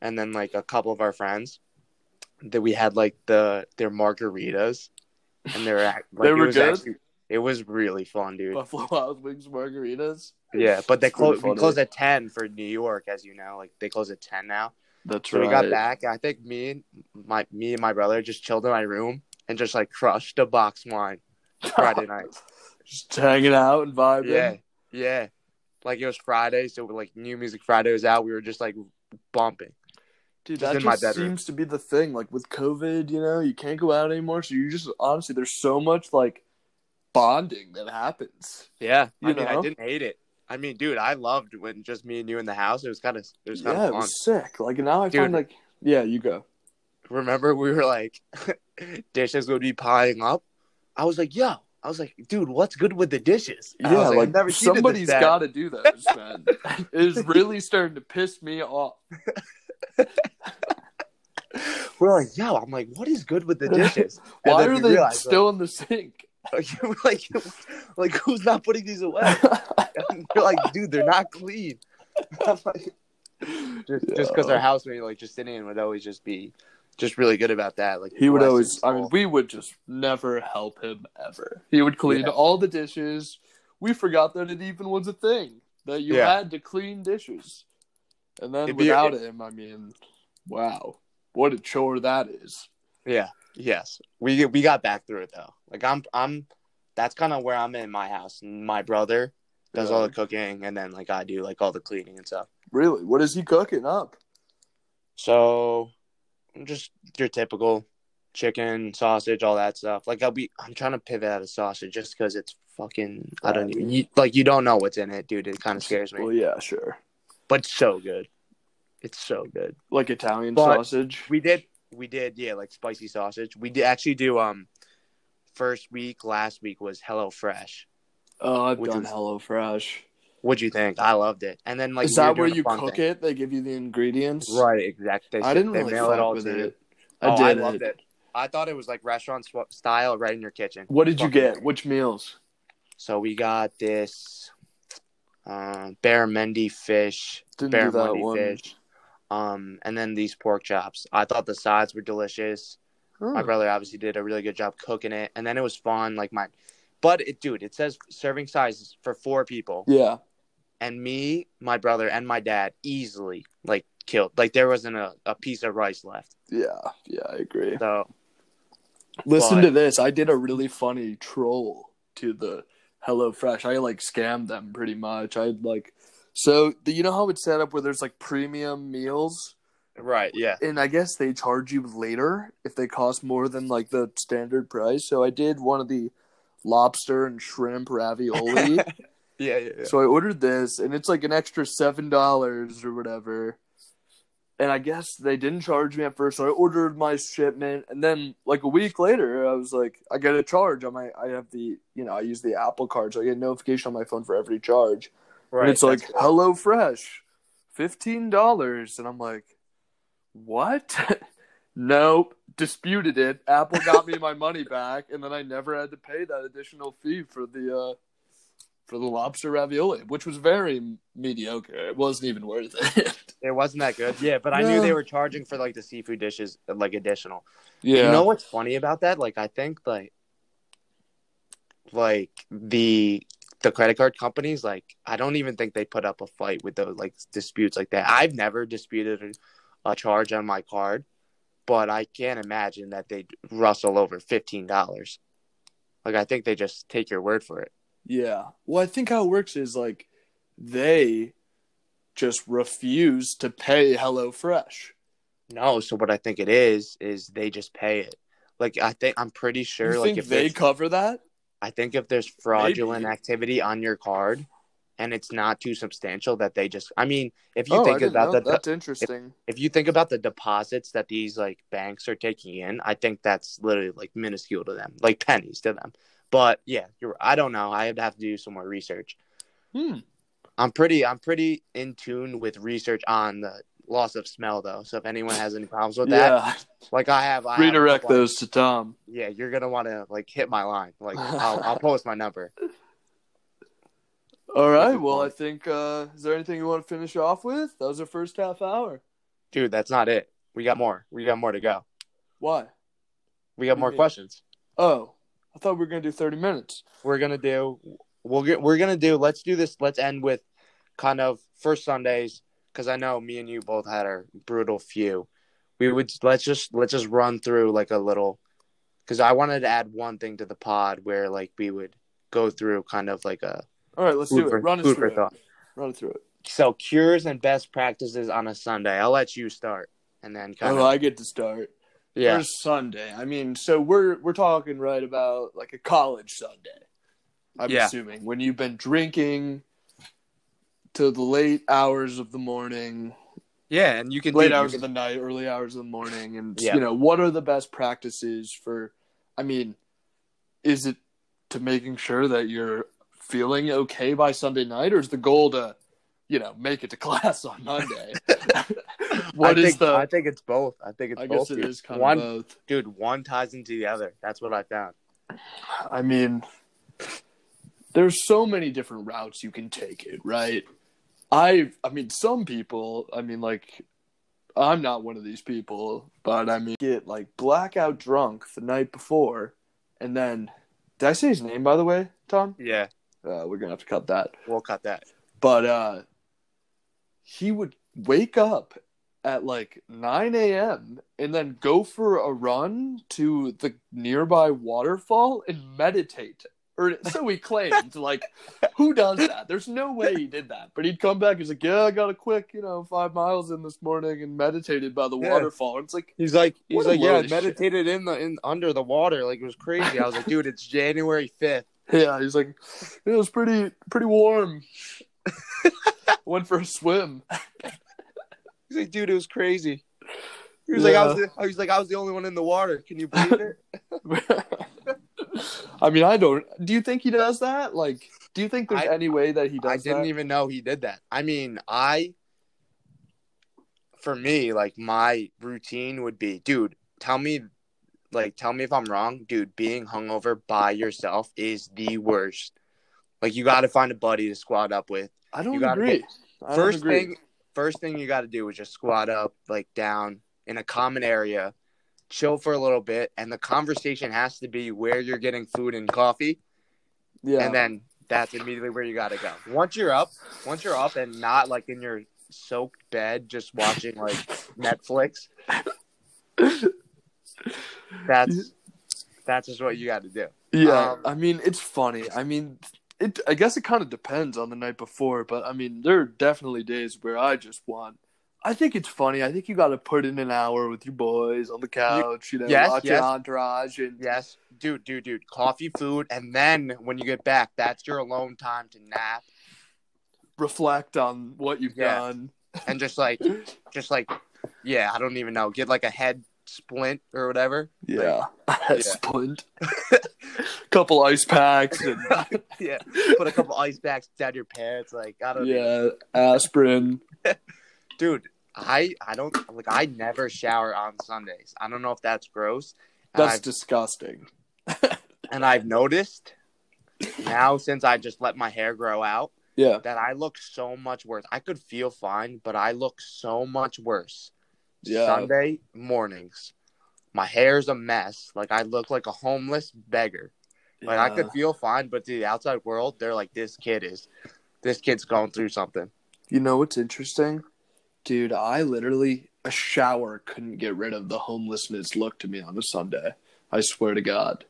S2: and then like a couple of our friends. That we had like the their margaritas, and they're act- like,
S3: They
S2: it
S3: were
S2: was
S3: good?
S2: Actually, it was really fun, dude.
S3: Buffalo Wild Wings margaritas.
S2: yeah, but they
S3: It's pretty
S2: closed. We
S3: funny.
S2: closed at ten for New York, as you know. Like they close at ten now.
S3: That's
S2: So we got back. I think me and my me and my brother just chilled in my room and just like crushed a box wine Friday night.
S3: Just hanging out and vibing.
S2: Yeah, yeah. Like it was Friday, so like new music Friday was out. We were just like bumping.
S3: Dude,
S2: Just
S3: that
S2: in my
S3: just
S2: bedroom.
S3: seems to be the thing. Like with COVID, you know, you can't go out anymore. So you just honestly, there's so much like bonding that happens.
S2: Yeah, I
S3: You
S2: mean, I
S3: know?
S2: didn't hate it. I mean, dude, I loved when just me and you in the house. It was kind of it was kind
S3: yeah,
S2: of
S3: it
S2: fun.
S3: was sick. Like now I
S2: Dude.
S3: find like, yeah, you go.
S2: Remember, we were like dishes would be piling up. I was like, yo, I was like, dude, what's good with the dishes? I
S3: Yeah,
S2: was
S3: like,
S2: "I've never heated this
S3: somebody's
S2: bad."
S3: got to do those, man. it's really starting to piss me off.
S2: We're like, yo, I'm like, what is good with the dishes? And
S3: Why
S2: then
S3: are
S2: we
S3: they
S2: realized,
S3: still in the sink?
S2: Like, like, like, who's not putting these away? And they're like, dude, they're not clean. I'm like, just because
S3: Yeah.
S2: our housemate, like Justinian, would always just be just really good about that. Like
S3: He would
S2: bless
S3: always.
S2: his
S3: I mean,
S2: soul.
S3: we would just never help him ever. He would clean
S2: Yeah.
S3: all the dishes. We forgot that it even was a thing that you
S2: Yeah.
S3: had to clean dishes. And then
S2: It'd be-
S3: without him, I mean, wow, what a chore that is.
S2: yeah, yes, we we got back through it though. Like I'm I'm, that's kind of where I'm in my house. My brother does all the cooking, and then like I do like all the cleaning and stuff.
S3: Really, what is he cooking up?
S2: So, just your typical chicken, sausage, all that stuff. Like I'll be, I'm trying to pivot out of sausage just because it's fucking. I don't even you, like you don't know what's in it, dude. It kind of scares me,
S3: Well, yeah, sure,
S2: but so good. It's so good.
S3: like Italian
S2: But-
S3: sausage.
S2: We did, we did, yeah, like spicy sausage. We did actually do. Um, first week, last week was Hello Fresh.
S3: Oh, I've
S2: Which
S3: done
S2: is-
S3: HelloFresh.
S2: What'd you think? I loved it. And then like
S3: is
S2: we were
S3: that where
S2: doing a
S3: you
S2: fun
S3: cook
S2: thing.
S3: it? They give you the ingredients.
S2: Right, exactly. They
S3: I
S2: ship-
S3: didn't
S2: they
S3: really
S2: mail
S3: fuck
S2: it all
S3: with
S2: to you.
S3: it. I
S2: I oh,
S3: did.
S2: I loved it. I thought it was like restaurant sw- style, right in your kitchen.
S3: What did you
S2: Fucking
S3: get? Which meals?
S2: So we got this um, barramundi fish,
S3: Didn't do that
S2: barramundi
S3: one.
S2: fish, um, and then these pork chops. I thought the sides were delicious. My
S3: Huh.
S2: brother obviously did a really good job cooking it, and then it was fun. Like my, but it, dude, it says serving sizes for four people,
S3: Yeah.
S2: and me, my brother, and my dad easily like killed. Like there wasn't a, a piece of rice left.
S3: Yeah, yeah, I agree.
S2: So
S3: Listen
S2: But-
S3: to this. I did a really funny troll to the HelloFresh. I like scammed them pretty much. I like so the, you know how it's set up where there's like premium meals,
S2: right, yeah,
S3: and I guess they charge you later if they cost more than like the standard price. So I did one of the lobster and shrimp ravioli.
S2: yeah, yeah. yeah.
S3: So I ordered this, and it's like an extra seven dollars or whatever. And I guess they didn't charge me at first, so I ordered my shipment, and then like a week later, I was like, I get a charge on my. I have the, you know, I use the Apple Card, so I get a notification on my phone for every charge.
S2: Right,
S3: and it's like
S2: that's good.
S3: Hello Fresh, fifteen dollars, and I'm like, what? nope, disputed it. Apple got me my money back, and then I never had to pay that additional fee for the uh, for the lobster ravioli, which was very mediocre. It wasn't even worth it.
S2: It wasn't that good. Yeah, but I knew
S3: No.
S2: they were charging for like the seafood dishes like additional.
S3: yeah,
S2: You know what's funny about that? Like I think like like the the credit card companies like I don't even think they put up a fight with those like disputes like that. I've never disputed a, a charge on my card, but I can't imagine that they would rustle over $15. Like I think they just take your word for it.
S3: yeah. Well, I think how it works is like they just refuse to pay Hello Fresh.
S2: No, so what I think it is is they just pay it. Like I think I'm pretty sure
S3: you
S2: like
S3: think
S2: if
S3: they
S2: it's-
S3: cover that?
S2: I think if there's fraudulent
S3: Maybe.
S2: activity on your card and it's not too substantial that they just I mean, if you
S3: oh, I
S2: think
S3: didn't
S2: about
S3: know.
S2: the
S3: That's interesting.
S2: if you think about the deposits that these like banks are taking in, I think that's literally like minuscule to them, like pennies to them. But yeah, you're I don't know. I would have to do some more research.
S3: Hmm.
S2: I'm pretty I'm pretty in tune with research on the loss of smell though. So if anyone has any problems with that, like I have I have-
S3: redirect
S2: like,
S3: those to Tom.
S2: Yeah, you're gonna want to like hit my line. Like I'll, I'll post my number.
S3: All
S2: That'd
S3: right.
S2: be
S3: Well,
S2: fun.
S3: I think uh, is there anything you want to finish off with? That was our first half hour.
S2: Dude, that's not it. We got more. We got more to go.
S3: Why?
S2: We got more
S3: Okay.
S2: questions.
S3: Oh, I thought we were gonna do thirty minutes.
S2: We're gonna do. We'll get. We're gonna do. Let's do this. Let's end with kind of first Sundays because I know me and you both had our brutal few. We would let's just let's just run through like a little because I wanted to add one thing to the pod where like we would go through kind of like a
S3: All right, let's
S2: food
S3: do it.
S2: for-
S3: Run it
S2: food for
S3: through it.
S2: thought.
S3: Run it through it.
S2: So cures and best practices on a Sunday. I'll let you start and then kind
S3: Oh,
S2: of
S3: I get to start.
S2: yeah.
S3: First Sunday. I mean, so we're we're talking right about like a college Sunday. I'm
S2: Yeah.
S3: assuming when you've been drinking to the late hours of the morning,
S2: Yeah, and you can
S3: late
S2: do-
S3: hours of the night, early hours of the morning, and
S2: Yeah.
S3: you know what are the best practices for? I mean, is it to making sure that you're feeling okay by Sunday night, or is the goal to, you know, make it to class on Monday? What
S2: I
S3: is
S2: think,
S3: the?
S2: I think it's both. I think it's
S3: I
S2: both.
S3: guess it
S2: dude.
S3: is kind
S2: one,
S3: of both.
S2: dude. One ties into the other. That's what I found.
S3: I mean, there's so many different routes you can take it, right? I, I mean, some people, I mean, like, I'm not one of these people, but I mean, get like blackout drunk the night before, and then, did I say his name by the way, Tom?
S2: Yeah,
S3: Uh, we're gonna have to cut that
S2: we'll cut that.
S3: but uh he would wake up at like 9 a.m and then go for a run to the nearby waterfall and meditate or so he claimed like who does that there's no way he did that but he'd come back he's like yeah i got a quick you know five miles in this morning and meditated by the
S2: Yeah.
S3: waterfall and it's like
S2: He's like, he's
S3: What a
S2: like, yeah,
S3: load
S2: I
S3: of
S2: meditated in the in under the water, like it was crazy. I was like, dude, it's January fifth.
S3: yeah he's like it was pretty pretty warm went for a swim
S2: He's like, dude, it was crazy. He was
S3: Yeah.
S2: like, I was, the, I was like, I was the only one in the water. Can you believe it?
S3: I mean, I don't. Do you think he does that? Like, do you think there's
S2: I-
S3: any way that he does
S2: I didn't
S3: that?
S2: even know he did that. I mean, I, for me, like my routine would be, dude, tell me, like, tell me if I'm wrong, dude. Being hungover by yourself is the worst. Like, you got to find a buddy to squad up with.
S3: I don't
S2: You gotta
S3: agree. I don't
S2: First
S3: agree.
S2: thing, first thing you got to do is just squat up, like down in a common area, chill for a little bit, and the conversation has to be where you're getting food and coffee
S3: yeah,
S2: and then that's immediately where you gotta go. Once you're up, once you're up and not like in your soaked bed just watching like Netflix, that's that's just what you gotta do.
S3: yeah.
S2: um,
S3: I mean, it's funny. I mean, it. I guess it kind of depends on the night before, but I mean, there are definitely days where I just want. I think it's funny. I think you got to put in an hour with your boys on the couch, you, know,
S2: Yes,
S3: watching
S2: yes.
S3: Entourage, and
S2: Yes, dude, dude, dude. Coffee, food, and then when you get back, that's your alone time to nap
S3: reflect on what you've
S2: Yeah.
S3: done.
S2: and just like, just like, yeah, I don't even know, get like a head splint or whatever.
S3: Yeah,
S2: Yeah.
S3: splint. Couple ice packs and
S2: yeah, put a couple ice packs down your pants. Like I don't. know.
S3: yeah, aspirin.
S2: dude i i don't like i never shower on sundays i don't know if that's gross and,
S3: That's
S2: I've,
S3: disgusting.
S2: and I've noticed now since i just let my hair grow out
S3: Yeah.
S2: that i look so much worse i could feel fine but i look so much worse
S3: Yeah.
S2: sunday mornings my hair's a mess like i look like a homeless beggar like i could feel fine but to the outside world they're like this kid is this kid's going through something
S3: You know what's interesting? Dude, I literally a shower couldn't get rid of the homelessness look to me on a Sunday. I swear to God.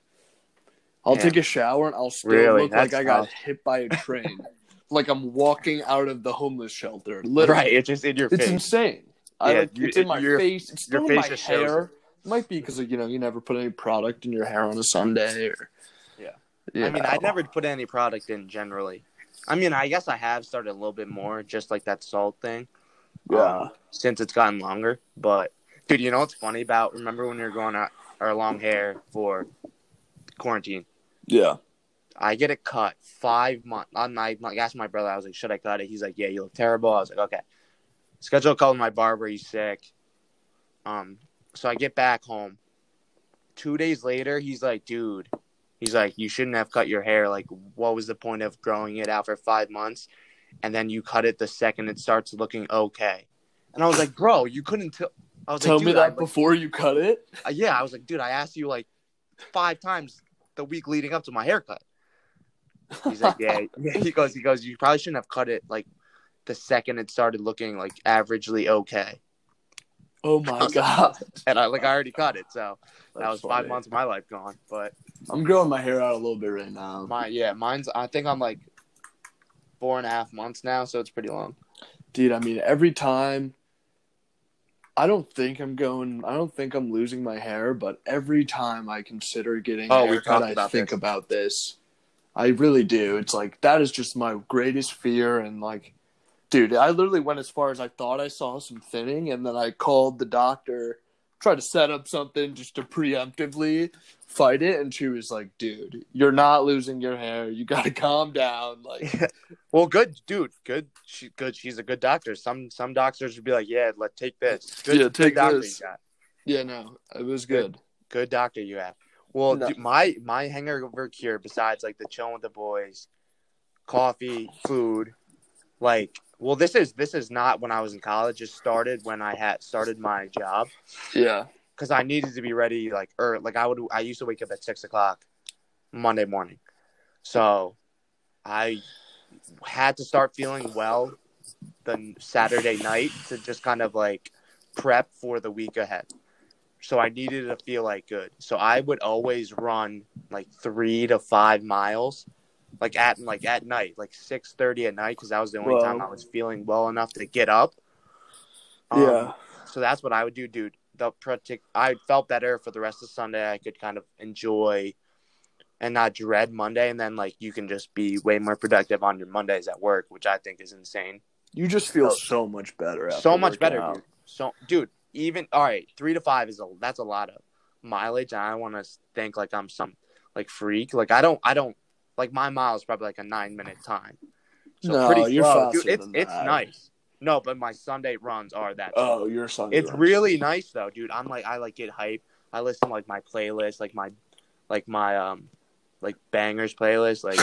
S3: I'll
S2: Man.
S3: take a shower and I'll still
S2: Really?
S3: look like
S2: That's
S3: I got
S2: tough.
S3: hit by a train. like I'm walking out of the homeless shelter. Literally.
S2: right it's just in your
S3: It's
S2: face
S3: insane. I
S2: Yeah,
S3: like,
S2: you-
S3: it's in my
S2: your-
S3: face. It's still
S2: your
S3: in
S2: face
S3: my
S2: just shows
S3: hair. Might be because you know you never put any product in your hair on a Sunday. Or,
S2: Yeah.
S3: You
S2: I mean,
S3: know.
S2: I never put any product in generally. I mean, I guess I have started a little bit more, just like that salt thing, Um,
S3: Yeah.
S2: since it's gotten longer. But dude, you know what's funny about? Remember when we were growing out our long hair for quarantine?
S3: Yeah.
S2: I get it cut five months. On night, I asked my brother, I was like, "Should I cut it?" He's like, "Yeah, you look terrible." I was like, "Okay." Schedule a call with my barber. He's sick. Um, so I get back home. Two days later, he's like, "Dude," he's like, "You shouldn't have cut your hair. Like, what was the point of growing it out for five months, and then you cut it the second it starts looking okay?" And I was like, "Bro, you couldn't tell." I was
S3: Tell
S2: like,
S3: me
S2: "Dude, I-
S3: that before you cut it.
S2: uh, yeah, I was like, dude, I asked you like five times the week leading up to my haircut. He's like, yeah, yeah. He goes, he goes, you probably shouldn't have cut it like the second it started looking like averagely okay.
S3: Oh my god.
S2: And I like I already cut it, so that
S3: That's
S2: was five
S3: funny.
S2: months of my life gone. But
S3: I'm growing my hair out a little bit right now.
S2: my yeah, mine's I think I'm like four and a half months now, so it's pretty long.
S3: Dude, I mean, every time I don't think I'm going I don't think I'm losing my hair, but every time I consider getting
S2: Oh,
S3: oh,
S2: we
S3: haircut,
S2: talked
S3: I
S2: about
S3: think
S2: this.
S3: about this. I really do. It's like that is just my greatest fear and like dude, I literally went as far as I thought I saw some thinning and then I called the doctor, tried to set up something just to preemptively fight it and she was like, "Dude, you're not losing your hair. You got to calm down." Like
S2: Well, good dude, good. She good. She's a good doctor. Some some doctors would be like, yeah, let take this. Good,
S3: Yeah,
S2: good
S3: take
S2: doctor
S3: this.
S2: You got.
S3: Yeah, no, it was good.
S2: Good doctor you have. Well,
S3: No.
S2: dude, my my hangover cure besides like the chilling with the boys, coffee, food, like well, this is this is not when I was in college. It started when I had started my job.
S3: Yeah.
S2: because I needed to be ready like or like I would I used to wake up at six o'clock Monday morning, so I had to start feeling well the Saturday night to just kind of like prep for the week ahead. So I needed to feel like good. So I would always run like three to five miles, like at like at night, like six thirty at night, because that was the only
S3: Whoa.
S2: time I was feeling well enough to get up. Um,
S3: Yeah.
S2: so that's what I would do, dude. The partic- I felt better for the rest of Sunday. I could kind of enjoy and not dread Monday, and then like you can just be way more productive on your Mondays at work, which I think is insane.
S3: You just feel so much better. After
S2: so much
S3: working
S2: better,
S3: out.
S2: dude. So, dude, even all right, three to five is a that's a lot of mileage. And I want to think like I'm some like freak. Like I don't, I don't like my mile is probably like a nine minute time. So
S3: No,
S2: pretty
S3: you're
S2: slow.
S3: faster
S2: dude. It's
S3: than
S2: it's
S3: that.
S2: nice. No, but my Sunday runs are that. slow.
S3: Oh, you're Sunday.
S2: It's really nice though, dude. I'm like I like get hype. I listen to, like my playlist, like my like my um like bangers playlist, like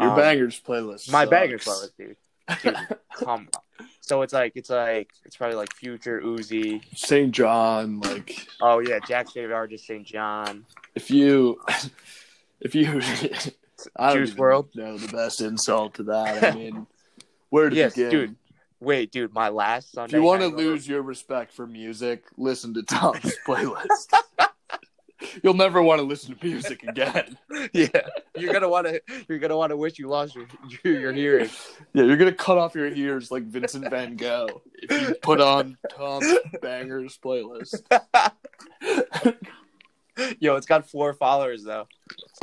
S3: your
S2: um,
S3: bangers playlist.
S2: my
S3: sucks.
S2: bangers playlist, dude. Dude, come on. So it's like it's like it's probably like Future Uzi.
S3: St. John, like
S2: Oh yeah, Jack Savior, just St. John.
S3: if you, if you, I don't
S2: Juice
S3: even
S2: WRLD?
S3: know the best insult to that. I mean, where to
S2: Yes,
S3: begin?
S2: dude. Wait, dude, my last Sunday.
S3: If you want to
S2: hangover-
S3: lose your respect for music, listen to Tom's playlist. You'll never want to listen to music again.
S2: yeah, you're gonna want to. You're gonna want to wish you lost your your, your hearing.
S3: Yeah, you're gonna cut off your ears like Vincent Van Gogh if you put on Tom's Bangers playlist.
S2: Yo, it's got four followers though.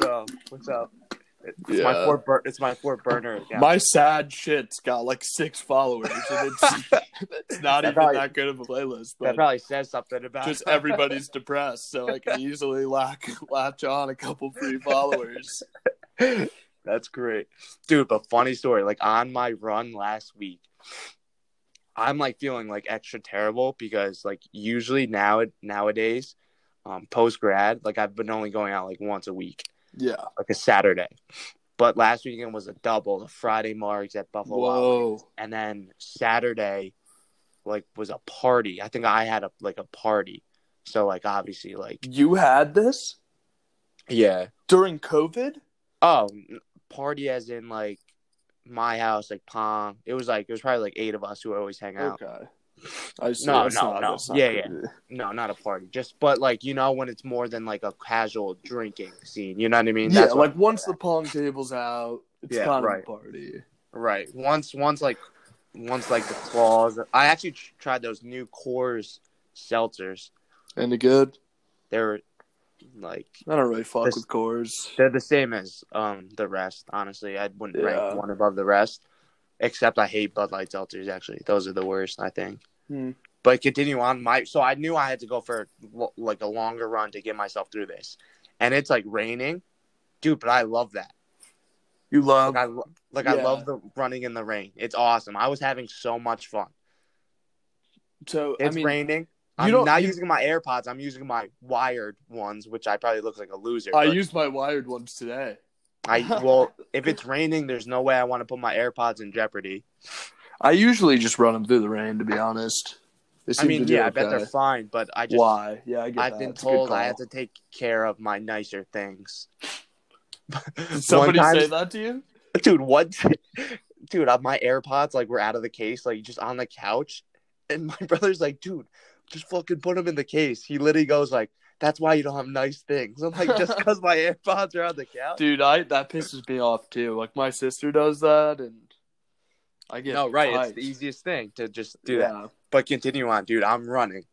S2: So what's up? It's my
S3: Yeah.
S2: four. Bur- it's my four burner. account.
S3: My sad shit's got like six followers, and it's, it's not
S2: That
S3: even
S2: probably-
S3: that good of a playlist.
S2: that
S3: But
S2: probably says something about
S3: just everybody's depressed, so I can easily lack, latch on a couple free followers.
S2: That's great, dude. But funny story. Like on my run last week, I'm like feeling like extra terrible because like usually now nowadays, um, post grad, like I've been only going out like once a week,
S3: Yeah.
S2: like a Saturday. But last weekend was a double. The Friday marks at Buffalo Wild Wings.
S3: Whoa.
S2: and then Saturday, like was a party. I think I had a like a party. So like obviously like
S3: You had this
S2: yeah.
S3: during COVID?
S2: Oh, n- party as in like my house, like pong. It was like it was probably like eight of us who always hang out.
S3: Okay. I see.
S2: No,
S3: It's
S2: no,
S3: not-
S2: no.
S3: it's not
S2: Yeah,
S3: good.
S2: No, not a party, just but like you know when it's more than like a casual drinking scene. You know what I mean?
S3: Yeah,
S2: That's what-
S3: like once the pong table's out, it's
S2: Yeah,
S3: kind of
S2: right.
S3: a party.
S2: right. Once once like once like the claws. I actually tr- tried those new Coors seltzers.
S3: Any good?
S2: They're like
S3: I don't really fuck
S2: This-
S3: with cores.
S2: They're the same as um the rest. Honestly, I wouldn't
S3: Yeah.
S2: rank one above the rest. Except I hate Bud Light seltzers. Actually, those are the worst. I think.
S3: Hmm.
S2: But continue on my. So I knew I had to go for lo- like a longer run to get myself through this, and it's like raining, dude. But I love that.
S3: You love
S2: Like I lo- like I
S3: Yeah.
S2: love the running in the rain. It's awesome. I was having so much fun.
S3: so I
S2: It's
S3: mean
S2: raining. I'm
S3: don't-
S2: not
S3: you-
S2: using my AirPods. I'm using my wired ones, which I probably look like a loser.
S3: I
S2: but-
S3: used my wired ones today.
S2: I well, if it's raining, there's no way I want to put my AirPods in jeopardy.
S3: I usually just run them through the rain, to be honest. They
S2: I
S3: seem
S2: mean,
S3: to do
S2: yeah, I bet
S3: okay.
S2: they're fine, but I just
S3: Why? Yeah, I get
S2: I've
S3: that.
S2: been
S3: It's a good
S2: told I
S3: call.
S2: have to take care of my nicer things.
S3: Did somebody
S2: One time-
S3: say that to you?
S2: dude what dude uh, my airpods like were out of the case like just on the couch and my brother's like dude just fucking put them in the case he literally goes like that's why you don't have nice things i'm like just because my airpods are on the couch
S3: Dude, I that pisses me off too. Like my sister does that, and I get
S2: no right it's
S3: hyped.
S2: the easiest thing to just do that
S3: yeah.
S2: but continue on dude i'm running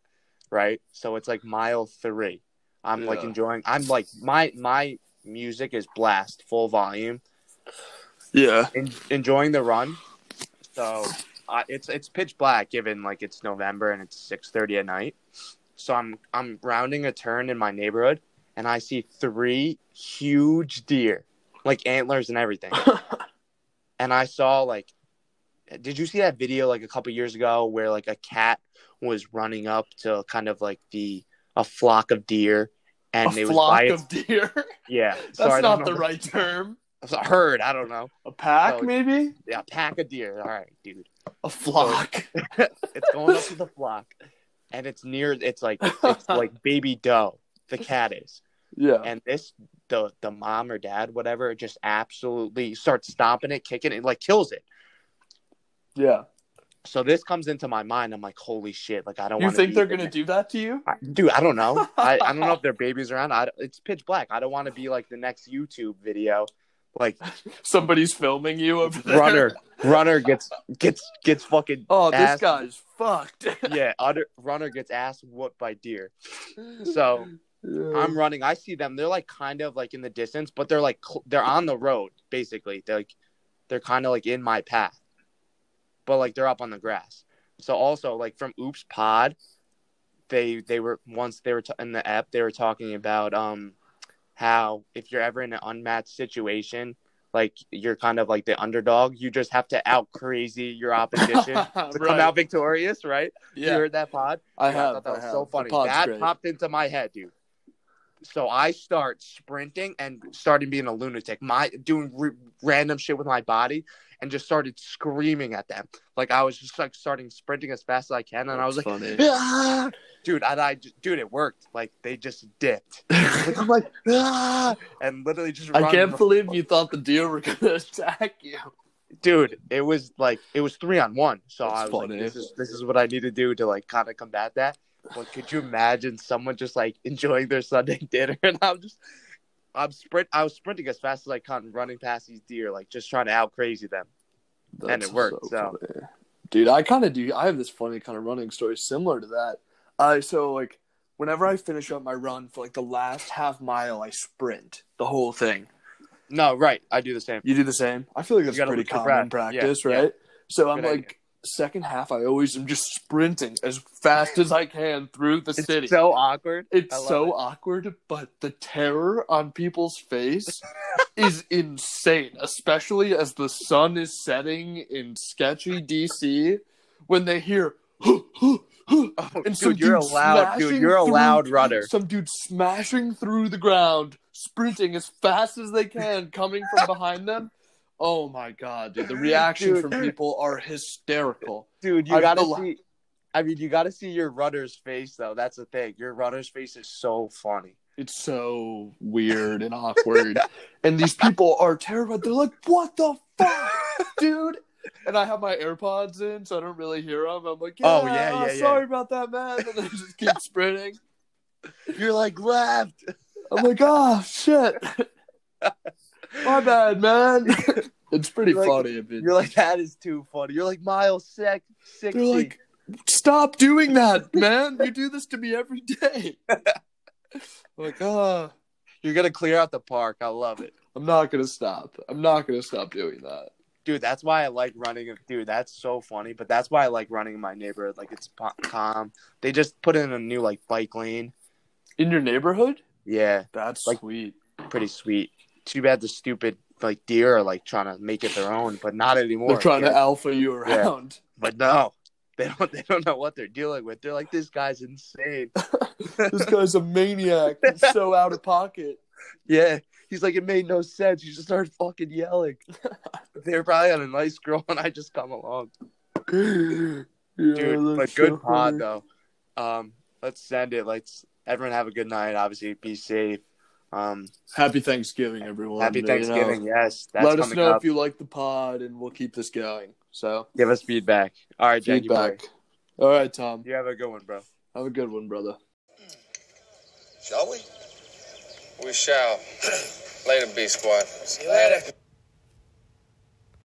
S2: right so it's like mile three i'm like
S3: Yeah.
S2: enjoying i'm like my my music is blast full volume
S3: Yeah,
S2: en- enjoying the run. So uh, it's it's pitch black given like it's November and it's six thirty at night. So I'm I'm rounding a turn in my neighborhood and I see three huge deer, like antlers and everything. and I saw like, did you see that video like a couple years ago where like a cat was running up to kind of like the a flock of deer and they
S3: a
S2: was
S3: flock
S2: by it-
S3: of deer.
S2: yeah.
S3: That's
S2: I don't
S3: not the
S2: know-
S3: right term.
S2: a herd. I don't know.
S3: A pack,
S2: So-
S3: maybe.
S2: Yeah, a pack of deer. All right, dude.
S3: A flock.
S2: it's going up to the flock and it's near it's like it's like baby doe the cat is
S3: yeah.
S2: and this the the mom or dad whatever just absolutely starts stomping it kicking it like kills it
S3: Yeah.
S2: so this comes into my mind i'm like holy shit like i don't
S3: You
S2: want
S3: think they're gonna do that to you?
S2: dude i don't know I, I don't know if their babies around I, it's pitch black i don't want to be like the next youtube video like
S3: Somebody's filming you over there.
S2: runner runner gets gets gets fucking
S3: Oh, this
S2: Ass-
S3: guy's fucked.
S2: yeah utter, runner gets ass whooped by deer so I'm
S3: Yeah.
S2: running. I see them. They're like kind of like in the distance, but they're like cl- they're on the road basically. They're like they're kind of like in my path, but like they're up on the grass. So also like from Oops Pod, they they were once they were t- in the app they were talking about um how if you're ever in an unmatched situation, like you're kind of like the underdog, you just have to out crazy your opposition to come
S3: Right.
S2: out victorious, right? You
S3: Yeah,
S2: heard that pod?
S3: I
S2: Dude,
S3: have.
S2: thought that
S3: I
S2: was
S3: have.
S2: so
S3: The
S2: funny.
S3: pod's
S2: That
S3: great.
S2: popped into my head, dude. So I start sprinting and started being a lunatic, my doing r- random shit with my body, and just started screaming at them. Like I was just like starting sprinting as fast as I can, and I was like,
S3: funny.
S2: "Ah!" dude, and I just, dude, it worked. Like they just dipped. Like, I'm like, ah, and literally just.
S3: I
S2: run
S3: can't
S2: before-
S3: believe you thought the deer were gonna attack you.
S2: dude, it was like it was three on one. So
S3: That's
S2: I was
S3: funny.
S2: like, this is this is what I need to do to like kind of combat that. But could you imagine someone just like enjoying their Sunday dinner and I'm just I'm sprint I was sprinting as fast as I can, running past these deer, like just trying to out crazy them. And it worked, so.
S3: funny. dude, I kind of do. I have this funny kind of running story similar to that. I so like whenever I finish up my run for like the last half mile, I sprint the whole thing.
S2: No, right. I do the same.
S3: You do the same. I feel like that's
S2: gotta
S3: pretty
S2: lose your
S3: common
S2: breath. Yeah,
S3: practice,
S2: yeah.
S3: right? So I'm
S2: Good idea.
S3: like second half. I always am just sprinting as fast as I can through the
S2: It's
S3: city.
S2: so awkward. I
S3: It's
S2: love
S3: so
S2: it.
S3: awkward, but the terror on people's face is insane, especially as the sun is setting in sketchy DC when they hear
S2: Oh,
S3: and
S2: dude,
S3: some
S2: you're a
S3: dude
S2: loud dude.
S3: smashing
S2: You're a
S3: through-
S2: loud runner.
S3: some dude smashing through the ground, sprinting as fast as they can, coming from behind them. Oh my god, dude. The reaction
S2: Dude.
S3: from people are hysterical.
S2: Dude, you
S3: I'm
S2: gotta
S3: the la-
S2: see I mean you gotta see your runner's face though. That's the thing. Your runner's face is so funny.
S3: It's so weird and awkward. and these people are terrified. They're like, what the fuck, dude? And I have my AirPods in, so I don't really hear them. I'm like, yeah,
S2: Oh, yeah,
S3: ah,
S2: yeah, yeah.
S3: sorry about that, man. And they just keep sprinting.
S2: You're like left.
S3: I'm like, oh, shit. My bad, man. it's pretty
S2: You're like-
S3: funny. If it,
S2: You're like, that is too funny. You're like mile sec sixty.
S3: they're like, stop doing that, man. You do this to me every day. I'm like, ah,
S2: You're gonna clear out the park. I love it.
S3: I'm not gonna stop. I'm not gonna stop doing that.
S2: Dude, that's why I like running. Dude, that's so funny. But that's why I like running in my neighborhood. Like it's po- calm. They just put in a new like bike lane.
S3: In your neighborhood?
S2: Yeah,
S3: That's
S2: Like-
S3: sweet.
S2: pretty sweet. Too bad the stupid like deer are like trying to make it their own, but not anymore.
S3: They're trying
S2: Yeah.
S3: to alpha you around.
S2: but no, they don't. They don't know what they're dealing with. They're like, this guy's insane.
S3: this guy's a maniac. He's so out of pocket.
S2: Yeah. He's like, it made no sense. You just started fucking yelling. they were probably on a nice girl, and I just come along. dude. But good pod though. Um, let's send it. Let's everyone have a good night. Obviously, be safe. Um,
S3: Happy Thanksgiving, everyone.
S2: happy
S3: You know,
S2: Thanksgiving. Yes, that's
S3: Let us
S2: coming
S3: know
S2: up.
S3: if you like the pod, and we'll keep this going. So
S2: Give us feedback. All right, Jack.
S3: feedback. All right, Tom.
S2: You have a good one, bro.
S3: Have a good one, brother.
S1: Shall we?
S4: We shall. Later, B Squad. See you later.